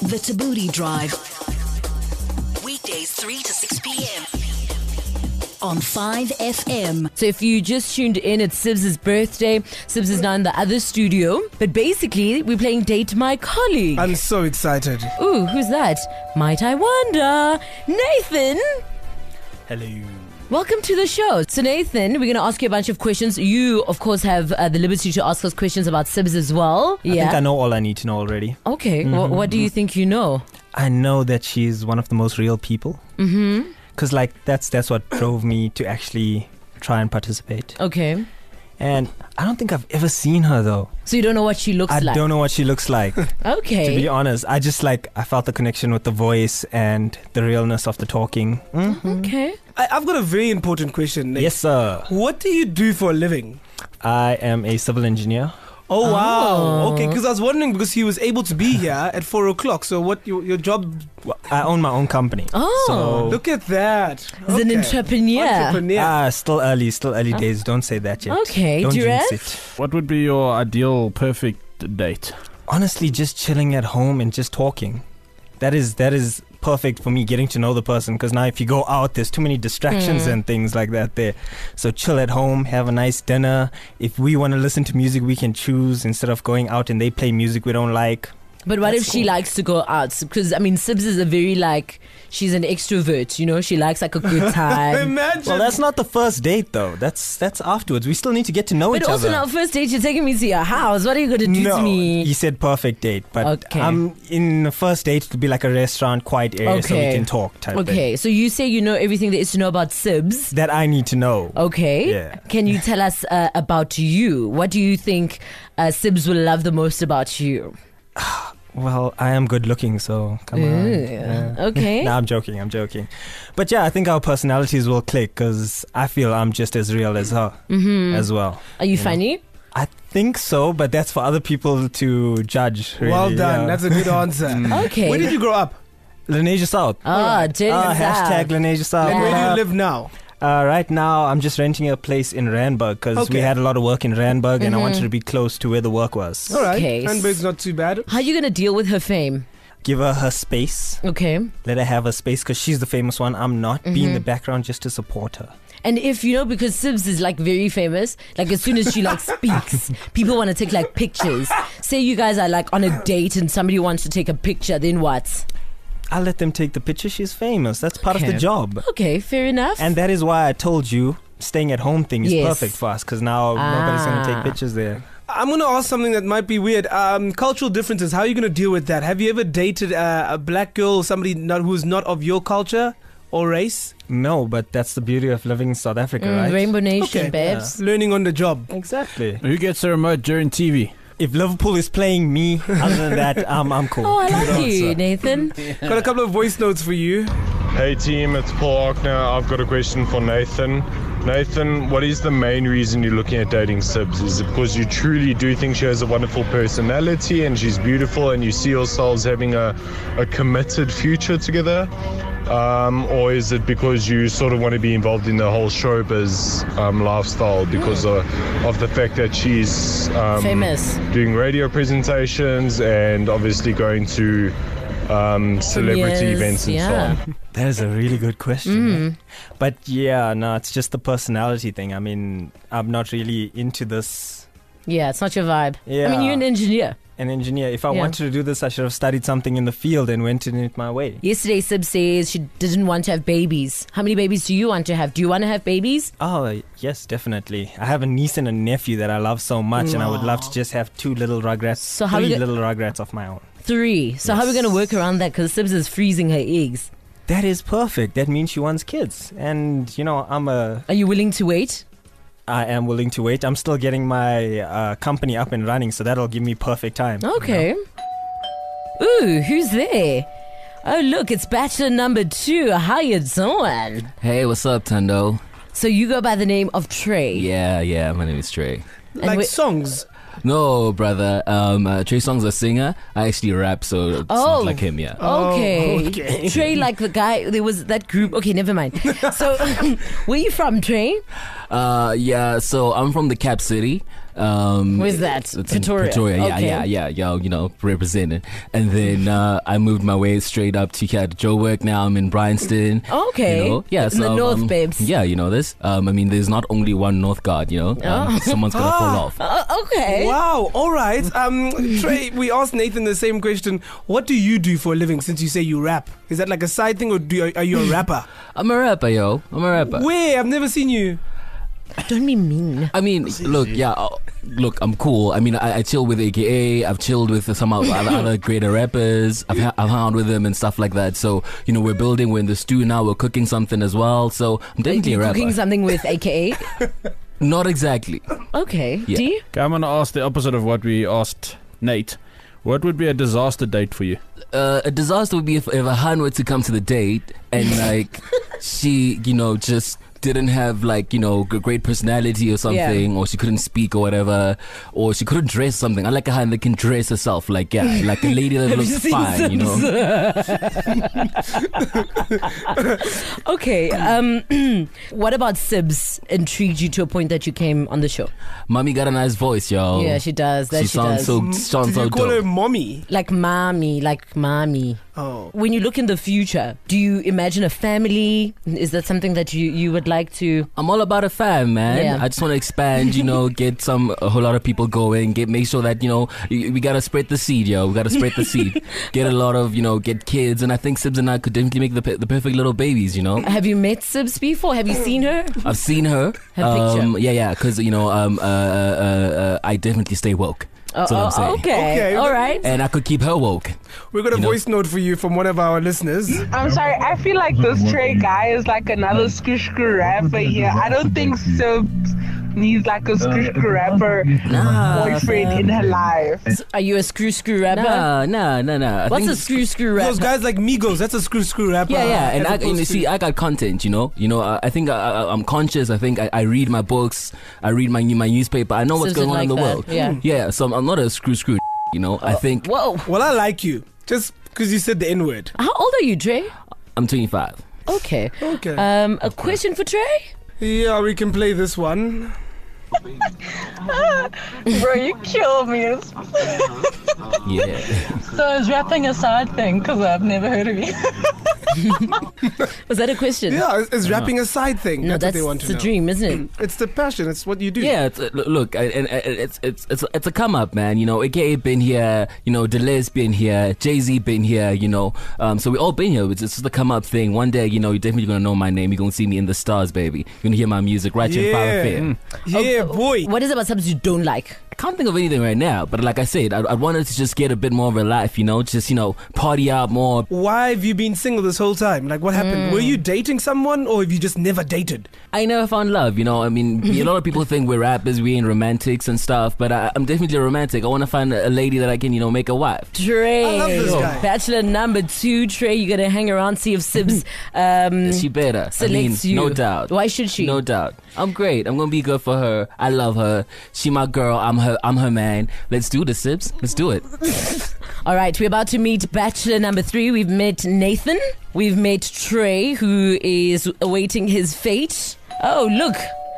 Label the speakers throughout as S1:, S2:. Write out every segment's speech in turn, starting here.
S1: The Tabooty Drive. Weekdays 3 to 6 p.m. On 5FM.
S2: So if you just tuned in, it's Sibs's birthday. Sibs is now in the other studio. But basically, we're playing Date My Colleague.
S3: I'm so excited.
S2: Ooh, who's that? Might I wonder? Nathan!
S4: Hello.
S2: Welcome to the show. So, Nathan, we're going to ask you a bunch of questions. You, of course, have uh, the liberty to ask us questions about Sibs as well.
S4: I think I know all I Mm-hmm, need to know already.
S2: okay. Wha- what do you think you know?
S4: I know that she's one of the most real people. Mm-hmm. Cause like that's that's what drove me to actually try and participate.
S2: Okay.
S4: And I don't think I've ever seen her though.
S2: So you don't know what she looks
S4: I
S2: like.
S4: don't know what she looks like. to
S2: okay.
S4: be honest, I just like I felt the connection with the voice and the realness of the talking. Mm.
S2: okay.
S3: I, I've got a very important question. Nick.
S4: Yes, sir.
S3: What do you do for a living?
S4: I am a civil engineer.
S3: Oh wow.
S2: Oh.
S3: Okay, because I was wondering because he was able to be here at four o'clock. So what your, your job?
S4: Well, I own my own company.
S2: Oh.
S4: So-
S3: Look at that.
S2: He's an entrepreneur.
S3: Entrepreneur.
S4: Ah, still early, still early days. Don't say that yet.
S2: Uh-huh. Okay,
S4: Don't jinx
S2: Duref?
S4: it.
S5: What would be your ideal perfect date?
S4: honestly just chilling at home and just talking that is that is perfect for me getting to know the person because now if you go out there's too many distractions
S2: Hmm.
S4: and things like that there so chill at home have a nice dinner if we want to listen to music we can choose instead of going out and they play music we don't like
S2: But what
S4: That's
S2: if she
S4: cool.
S2: likes to go out? Because I mean, Sibs is a very like she's an extrovert. You know, she likes like a good time.
S3: Imagine.
S4: well that's not the first date though that's that's afterwards we still need to get to know
S2: but
S4: each
S2: also
S4: other
S2: now, first date, you're taking me to your house. What are you going to do
S4: no,
S2: to me?
S4: you said perfect date, but
S2: Okay.
S4: um, in the first date it would be like a restaurant, quiet area, so we
S2: Okay.
S4: can talk type thing.
S2: Okay, so you say you know everything there is to know about Sibs.
S4: That I need to know.
S2: Okay.
S4: Yeah.
S2: Can you tell us uh, about you? What do you think uh, Sibs will love the most about you?
S4: Well, I am good looking, so come on.
S2: Ooh,
S4: Yeah.
S2: okay.
S4: no, I'm joking. I'm joking. But yeah, I think our personalities will click because I feel I'm just as real as her
S2: Mm.
S4: as well.
S2: Mm-hmm. Are you
S4: Yeah.
S2: funny?
S4: I think so, but that's for other people to judge. Really.
S3: well done.
S4: Yeah.
S3: That's a good answer.
S2: Okay.
S3: Where did you grow up?
S4: Lineage South.
S2: Ah, Jenny
S4: Ah,
S2: Zab.
S4: hashtag Lineage South.
S3: And
S2: Yeah.
S3: where do you live now?
S4: Uh, right now, I'm just renting a place in Randburg because
S3: Okay.
S4: we had a lot of work in Randburg
S2: Mm-hmm.
S4: and I wanted to be close to where the work was.
S3: All right.
S2: Okay.
S3: Randburg's not too bad.
S2: How are you going to deal with her fame?
S4: Give her her space.
S2: Okay.
S4: Let her have her space because she's the famous one. I'm not. Be
S2: Mm-hmm.
S4: in the background just to support her.
S2: And if you know, because Sibs is like very famous, like as soon as she like speaks, people want to take like pictures. Say you guys are like on a date and somebody wants to take a picture, then what?
S4: I let them take the picture. She's famous. That's part of the
S2: Okay.
S4: job.
S2: Okay, fair enough.
S4: And that is why I told you staying at home thing is
S2: Yes.
S4: perfect for us because now nobody's going to
S2: Ah.
S4: take pictures there.
S3: I'm gonna ask something that might be weird. Um, cultural differences. How are you gonna deal with that? Have you ever dated uh, a black girl, or somebody not who's not of your culture or race?
S4: No, but that's the beauty of living in South Africa,
S2: Mm,
S4: right?
S2: Rainbow Nation,
S3: Okay.
S2: babes.
S3: Learning on the job.
S4: Exactly.
S5: Who gets the remote during TV?
S4: If Liverpool is playing me, other than that, um, I'm cool.
S2: Oh, I
S4: Good
S2: like you,
S4: answer.
S2: Nathan.
S3: Got a couple of voice notes for you.
S6: Hey team, it's Paul Arkner. I've got a question for Nathan. Nathan, what is the main reason you're looking at dating Sibs? Is it because you truly do think she has a wonderful personality and she's beautiful and you see yourselves having a, a committed future together? Um, or is it because you sort of want to be involved in the whole showbiz um, lifestyle because of, of the fact that she's um,
S2: Hmm. Famous.
S6: doing radio presentations and obviously going to um, celebrity
S2: Premieres,
S6: events and so
S2: yeah.
S6: on?
S4: That is a really good question.
S2: Mm.
S4: eh? But yeah, no, it's just the personality thing. I mean, I'm not really into this.
S2: Yeah, it's not your vibe. I mean,
S4: Yeah.
S2: you're an engineer.
S4: An engineer. If I
S2: Yeah.
S4: wanted to do this, I should have studied something in the field and went in it my way.
S2: Yesterday, Sibs says she didn't want to have babies. How many babies do you want to have? Do you want to have babies?
S4: Oh, yes, definitely. I have a niece and a nephew that I love so much, and I would love to just have two little rugrats,
S2: So how
S4: three
S2: we go-
S4: little rugrats of my own.
S2: Three. So how are we
S4: Yes.
S2: going to work around that? Because Sibs is freezing her eggs.
S4: That is perfect. That means she wants kids, and you know, I'm a,
S2: Are you willing to wait?
S4: I am willing to wait. I'm still getting my uh, company up and running, so that'll give me perfect time. you
S2: Okay. Ooh, who's there? Oh, look, it's bachelor number two. How you doing?
S7: Hey, what's up, Tundo?
S2: So you go by the name of Trey.
S7: Yeah, yeah, my name is Trey.
S3: like
S2: we-
S3: songs.
S7: No, brother. Um, uh, Trey Song's a singer. I actually rap, so it's
S2: Oh.
S7: not like him, yeah.
S2: Okay.
S3: Oh, okay.
S2: Trey, like the guy, there was that group. Okay, never mind. So, where you from, Trey?
S7: Uh, yeah. So I'm from the Cap City. Um,
S2: Where's that?
S7: it's in
S2: Pretoria.
S7: Pretoria. Yeah,
S2: Okay.
S7: yeah, yeah, yeah. You know, representing. And then uh, I moved my way straight up to Cat Joe work. Now I'm in Bryanston.
S2: Oh, Okay.
S7: You know? Yeah.
S2: In the
S7: so,
S2: north,
S7: um,
S2: babes.
S7: Yeah, you know this. Um, I mean, there's not only one North Guard. You know, um, someone's gonna fall off.
S2: Oh, okay.
S3: Wow. All right. Um, Trey, we asked Nathan the same question. What do you do for a living? Since you say you rap, is that like a side thing, or do you, are you a rapper?
S7: I'm a rapper, yo. I'm a rapper.
S3: Where? I've never seen you.
S2: Don't be mean.
S7: I mean, look, yeah, uh, look, I'm cool. I mean, I, I chill with AKA. I've chilled with some of other, other greater rappers. I've, ha- I've hung out with them and stuff like that. So you know, we're building. We're in the stew now. We're cooking something as well. So I'm definitely a
S2: You're
S7: rapper.
S2: cooking something with AKA.
S7: Not exactly.
S2: Okay.
S7: Yeah.
S2: Do you?
S5: Okay, I'm going to ask the opposite of what we asked Nate. What would be a disaster date for you?
S7: Uh, a disaster would be if, if a hun were to come to the date and like she, you know, just didn't have like you know g- great personality or something, or she couldn't speak or whatever, or she couldn't dress something. I like a hun that can dress herself, like yeah, like a lady that
S2: Have you
S7: looks
S2: seen
S7: fine, you know.
S2: Okay. Um, what about Sibs intrigued you to a point that you came on the show?
S7: Mommy got a nice voice, yo.
S2: Yeah, she does. That she,
S7: Oh. she, sounds
S2: does.
S7: so sounds
S3: Did
S7: so
S3: you call her
S7: dope.
S3: mommy?
S2: like mommy, like mommy.
S3: Oh.
S2: When you look in the future, do you imagine a family? Is that something that you, you would like to?
S7: I'm all about a fan, man.
S2: Yeah.
S7: I just want to expand, you know, get some a whole lot of people going, get make sure that you know y- we gotta spread the seed, yo. We gotta spread the seed, get a lot of you know, get kids, and I think Sibs and I could definitely make the pe- the perfect little babies, you know.
S2: Have you met Sibs before? Have you
S3: Mm.
S2: seen her?
S7: I've seen her.
S2: Her
S7: um, yeah, yeah, because you know, um, uh, uh, uh, I definitely stay woke. That's what I'm saying.
S2: Oh, Uh, okay.
S3: Okay,
S2: All
S3: that-
S2: right.
S7: And I could keep her woke.
S3: We got a
S7: You know-
S3: voice note for you from one of our listeners.
S8: I'm sorry. I feel like this Trey guy is like another screw screw rapper here. I don't think Sibs needs like a screw screw rapper boyfriend in her life.
S2: Are you a screw screw rapper?
S7: Nah, nah, nah, nah. I
S2: What's
S7: think-
S2: a screw screw
S3: Those
S2: rapper?
S3: guys like Migos. That's a screw screw rapper.
S7: Yeah, yeah, and
S3: As
S7: I,
S3: opposed
S7: and you
S3: to-
S7: see, I got content, you know, you know. I, I think I, I, I'm conscious. I think I, I read my books, I read my my newspaper. I know what's
S2: Something
S7: going on in the
S2: like that,
S7: world. Hmm.
S2: yeah. Oh,
S7: yeah. So I'm, I'm not a screw screw, you know. I think
S2: Whoa.
S3: Well, I like you just because you said the N word.
S2: How old are you, Dre?
S7: I'm 25.
S2: Okay.
S3: Okay.
S2: Um, a question for Trey?
S3: yeah, we can play this one.
S8: Bro, you kill me.
S7: Yeah,
S8: So is rapping a side thing? Cause I've never heard of you.
S2: Was that a question?
S3: Yeah, is,
S7: Uh-huh.
S3: is rapping a side thing?
S2: No,
S3: that's,
S2: that's,
S3: what they want
S2: it's
S3: to
S2: a
S3: know.
S2: dream, isn't
S3: It's the passion. It's what you do.
S7: yeah. It's, uh, lo- look, I- and and it's it's it's it's a come up, man. You know, AKA been here. You know, Deleuze been here. Jay Z been here. You know, um, so we all been here. It's just the come up thing. One day, you know, you're definitely gonna know my name. You're gonna see me in the stars, baby. You're gonna hear my music right here in Fire
S3: Yeah.
S7: Fair.
S3: Yeah, boy.
S2: it? What is it about something you don't like?
S7: I can't think of anything right now, but like I said, I, I wanted to just get a bit more of a life, you know, just, you know, party out more.
S3: Why have you been single this whole time? Like, what happened? Were you dating someone, or have you just never dated?
S7: I never found love, you know. I mean, a lot of people think we're rappers, we ain't romantics and stuff, but I, I'm definitely romantic. I want to find a a lady that I can, you know, make a wife.
S2: Trey,
S3: I love this guy.
S2: bachelor number two, Trey, you're gonna hang around see if Sibs um,
S7: She better. I mean,
S2: selects you.
S7: no doubt.
S2: Why should she?
S7: No doubt. I'm great. I'm gonna be good for her. I love her. She my girl. I'm her. I'm her man. Let's do this, Sips. Let's do it.
S2: All right, we're about to meet bachelor number three. We've met Nathan. We've met Trey, who is awaiting his fate. Oh, look,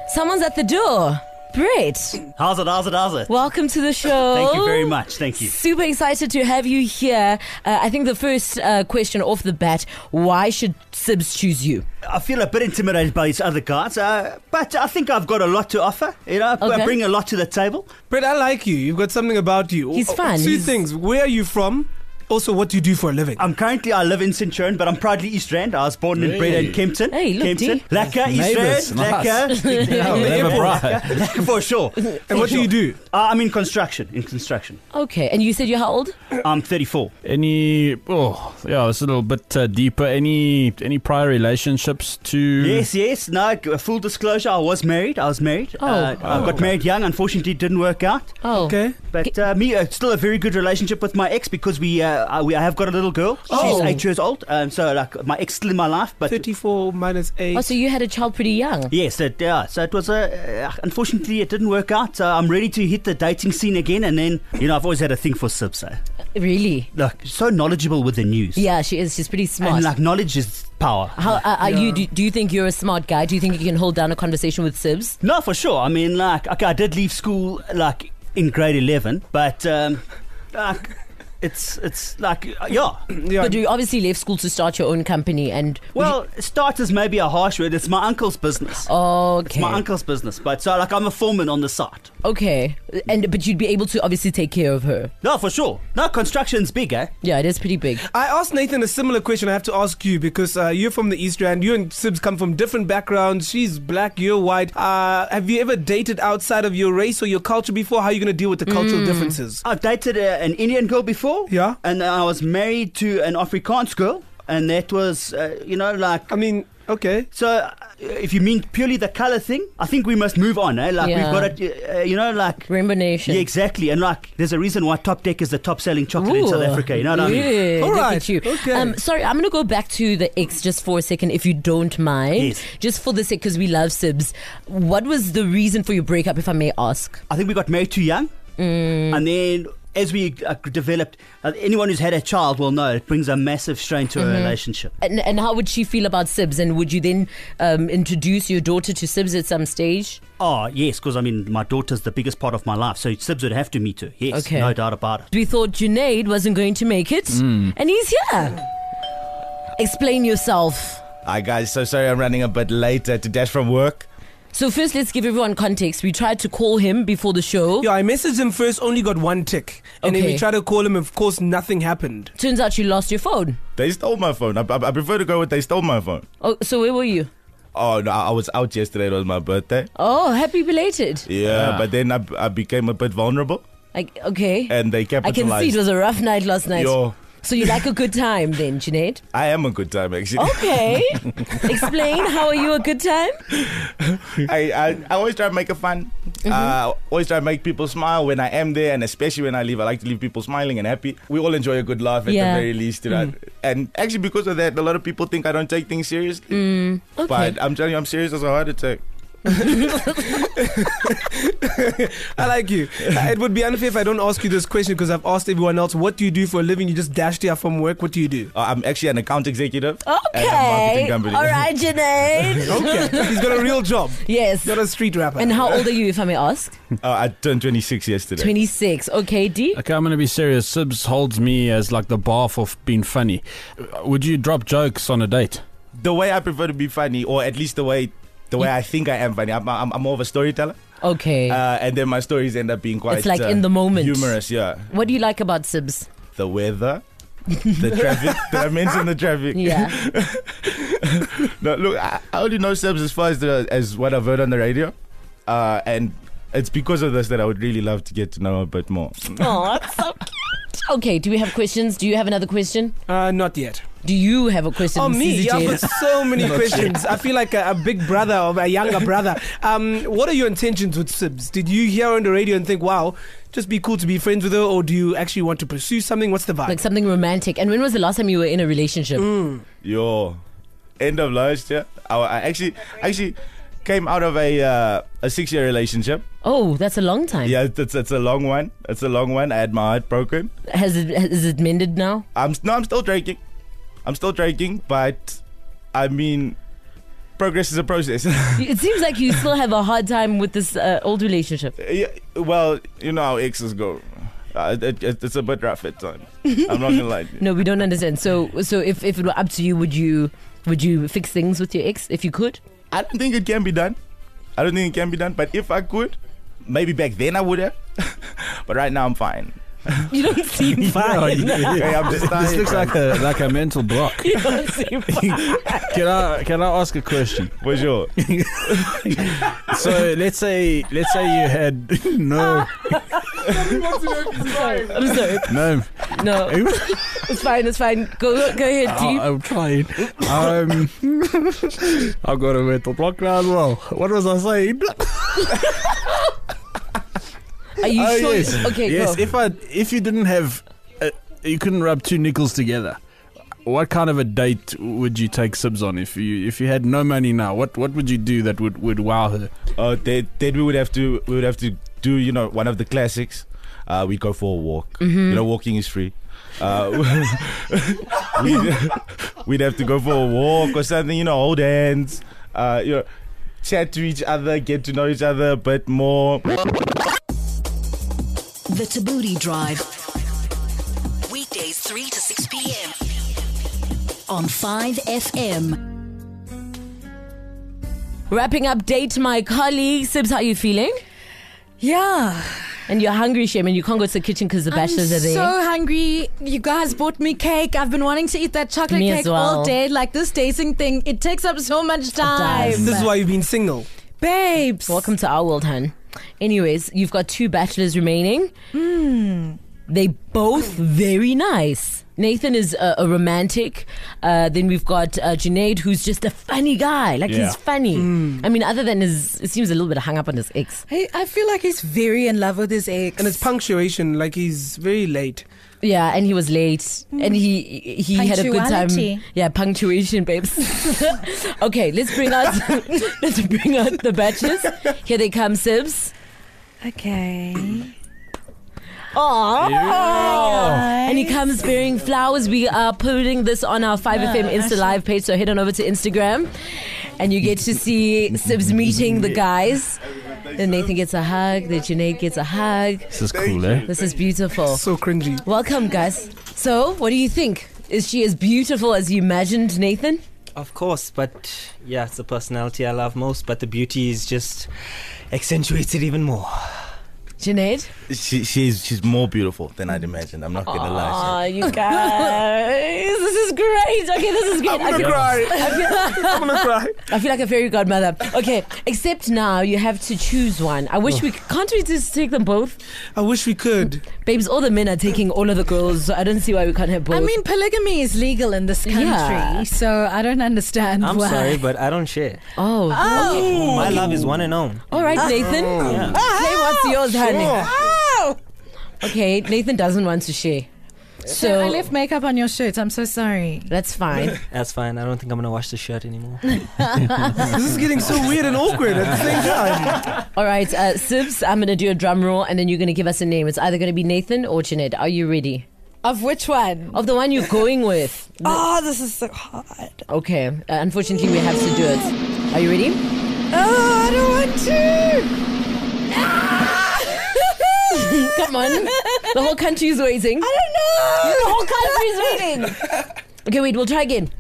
S2: someone's at the door. Brett,
S9: How's it? How's it? How's it?
S2: welcome to the show.
S9: Thank you very much. Thank you.
S2: Super excited to have you here. Uh, I think the first uh, question off the bat: Why should Sibs choose you?
S9: I feel a bit intimidated by these other guys, uh, but I think I've got a lot to offer. You know, I-
S2: Okay.
S9: I bring a lot to the table.
S3: Brett, I like you. You've got something about you.
S2: He's
S3: Oh,
S2: fun.
S3: Two
S2: He's-
S3: things. Where are you from? Also, what do you do for a living?
S9: I'm currently I live in Centurion, but I'm proudly East Rand. I was born and bred in Kempton.
S2: Hey, look,
S9: Kempton.
S2: D.
S9: Lekker, East
S5: Neighbours,
S9: Rand,
S5: nice.
S9: lekker.
S5: Yeah, never
S9: Lekker, lekker for sure.
S3: and what do you do?
S9: Uh, I'm in construction. In construction.
S2: Okay, and you said you're how old?
S9: I'm 34.
S5: Any oh yeah, this is a little bit uh, deeper. Any any prior relationships to?
S9: Yes, yes. No, g- full disclosure. I was married. I was married. Uh, I got married young. Unfortunately, it didn't work out.
S2: Oh,
S3: Okay.
S9: But uh, me, uh, still a very good relationship with my ex because we uh, yeah, I, we, I have got a little girl.
S2: Oh.
S9: She's eight years old, and so like my ex still in my life, but
S3: 34 minus 8.
S2: Oh, so you had a child pretty young.
S9: Yes, it, yeah. So it was a. Uh, unfortunately, it didn't work out. So I'm ready to hit the dating scene again, and then you know I've always had a thing for Sib. So
S2: Really?
S9: look, so knowledgeable with the news.
S2: Yeah, she is. She's pretty smart.
S9: and like knowledge is power.
S2: How uh, are you? Do, do you think you're a smart guy? Do you think you can hold down a conversation with Sibs?
S9: No, for sure. I mean, like, okay, I did leave school like in grade eleven, but um, like, it's it's like uh, yeah.
S3: Yeah.
S2: But you obviously left school to start your own company, and
S9: Well, start is maybe a harsh word. It's my uncle's business. It's
S2: okay,
S9: my uncle's business, but so like I'm a foreman on the site.
S2: okay, and but you'd be able to obviously take care of her.
S9: No, for sure. No, construction's big, eh?
S2: Yeah, it is pretty big.
S3: I asked Nathan a similar question. I have to ask you because uh, you're from the East Rand. You and Sibs come from different backgrounds. She's black, you're white. Uh, have you ever dated outside of your race or your culture before? How are you going to deal with the cultural differences?
S9: I've dated a, an Indian girl before.
S3: Yeah.
S9: And I was married to an Afrikaans girl, and that was, uh, you know, like.
S3: I mean, okay.
S9: so, uh, if you mean purely the color thing, I think we must move on, eh? Like,
S2: Yeah.
S9: we've got to, uh, you know, like.
S2: Rainbow Nation.
S9: Yeah, exactly. And, like, there's a reason why Top Deck is the top selling chocolate in South Africa, you know what I mean?
S2: Yeah,
S3: All
S2: look
S3: right,
S2: at you.
S3: okay.
S2: Um, sorry, I'm going to go back to the ex just for a second, if you don't mind.
S9: Yes.
S2: Just for the sake, because we love Sibs. What was the reason for your breakup, if I may ask? Mm.
S9: I think we got married too young, and then as we uh, developed, uh, anyone who's had a child will know it brings a massive strain to a relationship.
S2: Mm-hmm. And, and how would she feel about Sibs? And would you then um, introduce your daughter to Sibs at some stage?
S9: Oh yes, because I mean, my daughter's the biggest part of my life, so Sibs would have to meet her. Yes,
S2: Okay.
S9: no doubt about it.
S2: We thought Junaid wasn't going to make it,
S10: Mm.
S2: and he's here. Explain yourself.
S10: Hi guys, so sorry I'm running a bit late. I had to dash from work.
S2: So first, let's give everyone context. We tried to call him before the show.
S3: Yeah, I messaged him first, only got one tick. And then
S2: Okay.
S3: we tried to call him, of course, nothing happened.
S2: Turns out you lost your phone.
S10: They stole my phone. I, I, I prefer to go with they stole my phone.
S2: Oh, so where were you?
S10: Oh no, I I was out yesterday. It was my birthday.
S2: Oh, happy belated.
S10: Yeah,
S5: Ah.
S10: but then I, I became a bit vulnerable,
S2: Like, okay.
S10: and they
S2: I can
S10: capitalized.
S2: see it was a rough night last night.
S10: Yo,
S2: So you like a good time then, Junaid?
S10: I am a good time actually.
S2: Okay. Explain, how are you a good time?
S10: I, I, I always try to make it fun. Uh, always try to make people smile when I am there, and especially when I leave. I like to leave people smiling and happy. We all enjoy a good laugh at
S2: Yeah.
S10: the very least, you know. And actually, because of that, a lot of people think I don't take things seriously.
S2: Mm. Okay.
S10: But I'm telling you, I'm serious as a heart attack.
S3: I like you. Uh, it would be unfair if I don't ask you this question because I've asked everyone else, what do you do for a living? You just dashed here from work. What do you do?
S10: Uh, I'm actually an account executive. At a marketing
S2: okay. All
S10: company.
S2: right, Junaid.
S3: Okay. He's got a real job,
S2: yes.
S3: not a street rapper.
S2: And how old are you, if I may ask?
S10: Uh, I turned 26 yesterday.
S2: 26. Okay, D?
S10: Uh,
S5: Okay, I'm going to be serious. Sibs holds me as like the bar for f- being funny. Uh, Would you drop jokes on a date?
S10: The way I prefer to be funny, or at least the way the way I think I am funny, I'm, I'm, I'm more of a storyteller.
S2: Okay.
S10: Uh, and then my stories end up being quite
S2: It's like
S10: uh,
S2: in the moment.
S10: humorous. Yeah,
S2: what do you like about Sibs?
S10: the weather. the traffic. Did I mention the traffic?
S2: Yeah.
S10: No, look, I, I only know Sebs as far as the, as what I've heard on the radio, uh, and it's because of this that I would really love to get to know a bit more.
S2: oh, that's so cute. Okay, do we have questions? Do you have another question?
S3: Uh, not yet.
S2: Do you have a question?
S3: Oh me,
S2: CZJ?
S3: yeah, but so many questions. I feel like a, a big brother or a younger brother. Um, what are your intentions with Sibs? Did you hear on the radio and think, "Wow, just be cool to be friends with her," or do you actually want to pursue something? What's the vibe?
S2: Like something romantic. And when was the last time you were in a relationship?
S10: Mm. Yo, end of last year, I, I actually actually came out of a uh, a six year relationship.
S2: Oh, that's a long time.
S10: Yeah, it's, it's a long one. It's a long one. I had my heart broken.
S2: Has it has it mended now?
S10: I'm s- no, I'm still drinking. I'm still drinking, but I mean, progress is a process.
S2: It seems like you still have a hard time with this uh, old relationship.
S10: yeah, well, you know how exes go. Uh, it, it, it's a bit rough at times. I'm not gonna lie. to you.
S2: No, we don't understand. So so if, if it were up to you, would you would you fix things with your ex if you could?
S10: I don't think it can be done. I don't think it can be done. But if I could, maybe back then I would have. but right now I'm fine.
S2: You don't seem fine.
S10: Okay, I'm just
S5: This looks like a like a mental block.
S2: you don't seem fine.
S5: Can I can I ask a question?
S10: for sure.
S5: So let's say let's say you had no
S2: I'm sorry.
S5: no.
S2: No, it's fine. It's fine. Go go ahead. Do you,
S5: I, am trying. Um, I've got a mental block now as well. What was I saying?
S2: are you
S5: Oh,
S2: sure?
S5: yes.
S2: Okay,
S5: Oh, yes.
S2: go.
S5: If I if you didn't have a, you couldn't rub two nickels together. What kind of a date would you take Sibs on if you if you had no money now? What what would you do that would, would wow her?
S10: Uh, then, then we would have to we would have to do you know one of the classics. Uh, we go for a walk.
S11: Mhm.
S10: You know, walking is free. Uh, we'd, we'd have to go for a walk or something. You know, hold hands. Uh, you know, chat to each other, get to know each other a bit more.
S1: The Tabooty Drive. Weekdays 3 to 6 p.m. on 5FM.
S2: Wrapping up date, my colleague Sibs, how you feeling?
S12: Yeah.
S2: And you're hungry, Shaman. You can't go to the kitchen because the bachelors
S12: I'm
S2: are there.
S12: so hungry. You guys bought me cake. I've been wanting to eat that chocolate
S2: Me as
S12: cake
S2: well.
S12: all day. Like this dating thing, it takes up so much time.
S3: This is why you've been single.
S12: Babes.
S2: Welcome to our world, hun. Anyways, you've got two bachelors remaining. They both very nice. Nathan is a, a romantic. Uh, then we've got uh, Junaid, who's just a funny guy. Like
S12: Yeah.
S2: he's funny. I mean, other than his, it seems a little bit hung up on his ex.
S12: Hey, I feel like he's very in love with his ex.
S3: And it's punctuation, like he's very late.
S2: Yeah, and he was late, and he he had a good time.
S12: Punctuality.
S2: Yeah, punctuation, babes. okay, let's bring out let's bring out the bachelors. Here they come, Sibs.
S12: Okay.
S2: Aww.
S12: Hi,
S2: And he comes bearing flowers. We are putting this on our 5FM
S12: Yeah,
S2: Insta Live page, so head on over to Instagram and you get to see Sibs meeting the guys. Then Nathan gets a hug, then Junaid gets a hug.
S5: This is cool, eh?
S2: This is beautiful.
S3: So cringy.
S2: Welcome, guys. So, what do you think? Is she as beautiful as you imagined, Nathan?
S4: Of course, but yeah, it's the personality I love most, but the beauty is just accentuates it even more.
S2: Junaid?
S10: She, she's she's more beautiful than I'd imagined. I'm not gonna lie.
S2: Aw, you guys. this is great. Okay, this is great.
S10: I'm gonna
S2: I feel-
S10: cry.
S2: I feel-
S10: I'm gonna cry.
S2: I feel like a fairy godmother. Okay, except now you have to choose one. I wish we can't we just take them both.
S3: I wish we could.
S2: Babes, all the men are taking all of the girls, so I don't see why we can't have both.
S12: I mean, polygamy is legal in this country,
S2: Yeah.
S12: so I don't understand
S4: I'm
S12: why.
S4: sorry, but I don't share.
S2: Oh,
S12: Oh.
S4: my
S12: okay.
S4: love is one and own.
S2: All right, Nathan.
S12: Ah.
S4: Yeah.
S2: Say what's yours, honey.
S4: Sure.
S2: Okay, Nathan doesn't want to share.
S12: So,
S2: So
S12: I left makeup on your shirt. I'm so sorry.
S2: That's fine.
S4: That's fine. I don't think I'm gonna wash the shirt anymore.
S3: this is getting so weird and awkward at the same time.
S2: All right, uh, Sibs, I'm going to do a drum roll and then you're going to give us a name. It's either going to be Nathan or Jeanette. Are you ready?
S12: Of which one?
S2: Of the one you're going with.
S12: Oh, this is so hard.
S2: Okay, uh, unfortunately, we have to do it. Are you ready?
S12: Oh, I don't want to.
S2: Ah! Come on. The whole country is waiting. I don't know. The whole country is waiting. Okay, wait, we'll try again.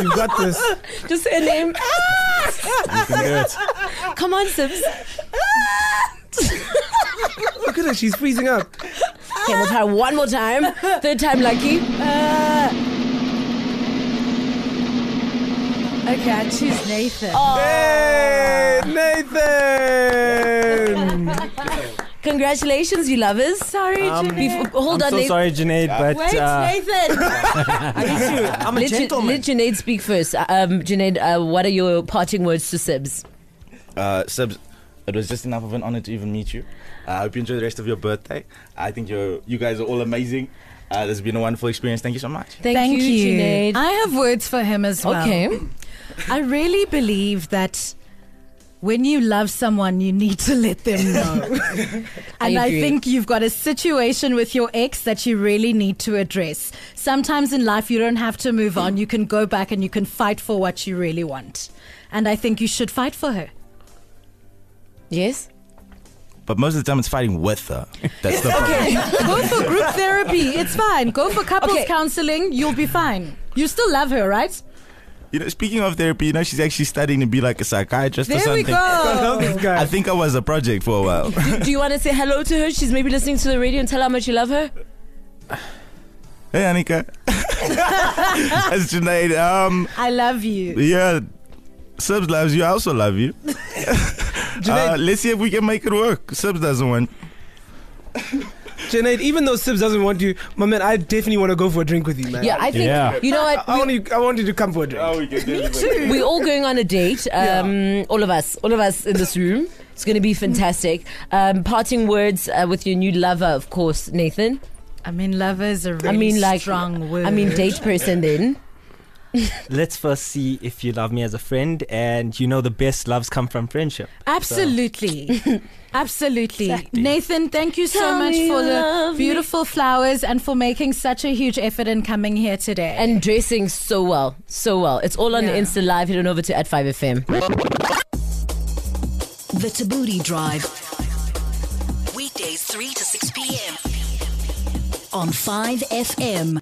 S3: You've got this.
S2: Just say a name.
S3: can do it.
S2: Come on, Sibs.
S3: Look at her, she's freezing up.
S2: Okay, we'll try one more time. Third time lucky. Uh,
S12: Okay, I choose Nathan.
S3: Hey, Nathan!
S2: Congratulations, you lovers. Sorry,
S4: Um,
S2: Before, Hold
S4: I'm
S2: on,
S4: so
S2: Nathan.
S4: sorry, Junaid, but uh,
S2: I'm a let gentleman. let Junaid speak first. Um, Junaid, uh, what are your parting words to Sibs?
S10: Uh, Subs, it was just enough of an honor to even meet you. Uh, I hope you enjoy the rest of your birthday. I think you you guys are all amazing. Uh, this has been a wonderful experience. Thank you so much.
S2: Thank, you, Junaid.
S12: I have words for him as well.
S2: Okay.
S12: I really believe that when you love someone, you need to let them know. and I,
S2: agree.
S12: think you've got a situation with your ex that you really need to address. Sometimes in life, you don't have to move on. You can go back and you can fight for what you really want. And I think you should fight for her.
S2: Yes?
S10: But most of the time, it's fighting with her. That's the problem.
S12: Okay, go for group therapy. It's fine. Go for couples counseling. You'll be fine. You still love her, right?
S10: You know, speaking of therapy, you know, she's actually studying to be like a psychiatrist or
S12: There we
S10: something.
S12: go. I love this
S10: I think I was a project for a while.
S2: Do you want to say hello to her? She's maybe listening to the radio and tell her how much you love her?
S10: hey, Anika. That's Junaid. Um,
S12: I love you.
S10: yeah, Subs loves you. I also love you.
S2: Uh,
S10: Uh, let's see if we can make it work. Subs doesn't want.
S3: Janaid, even though Sibs doesn't want you, my man, I definitely want to go for a drink with you, man.
S2: Yeah, I think- Yeah. you know what,
S3: I, I want you. I want you to come for a drink. Oh, we can Me
S2: We're all going on a date. Um, All of us, all of us in this room. It's going to be fantastic. Um, parting words uh, with your new lover, of course, Nathan.
S12: I mean, lover is a really
S2: I mean, like,
S12: strong word.
S2: I mean, date person then.
S4: Let's first see if you love me as a friend, and you know the best loves come from friendship. So-
S12: Absolutely. Absolutely. Nathan, thank you so
S2: Tell
S12: much
S2: me
S12: for
S2: you
S12: the
S2: love me.
S12: beautiful flowers and for making such a huge effort in coming here today.
S2: And dressing so well, so well. It's all on
S12: Yeah.
S2: Insta Live. Head on over to at 5FM.
S1: The Tabooty Drive. Weekdays 3 to 6 p.m. on 5FM.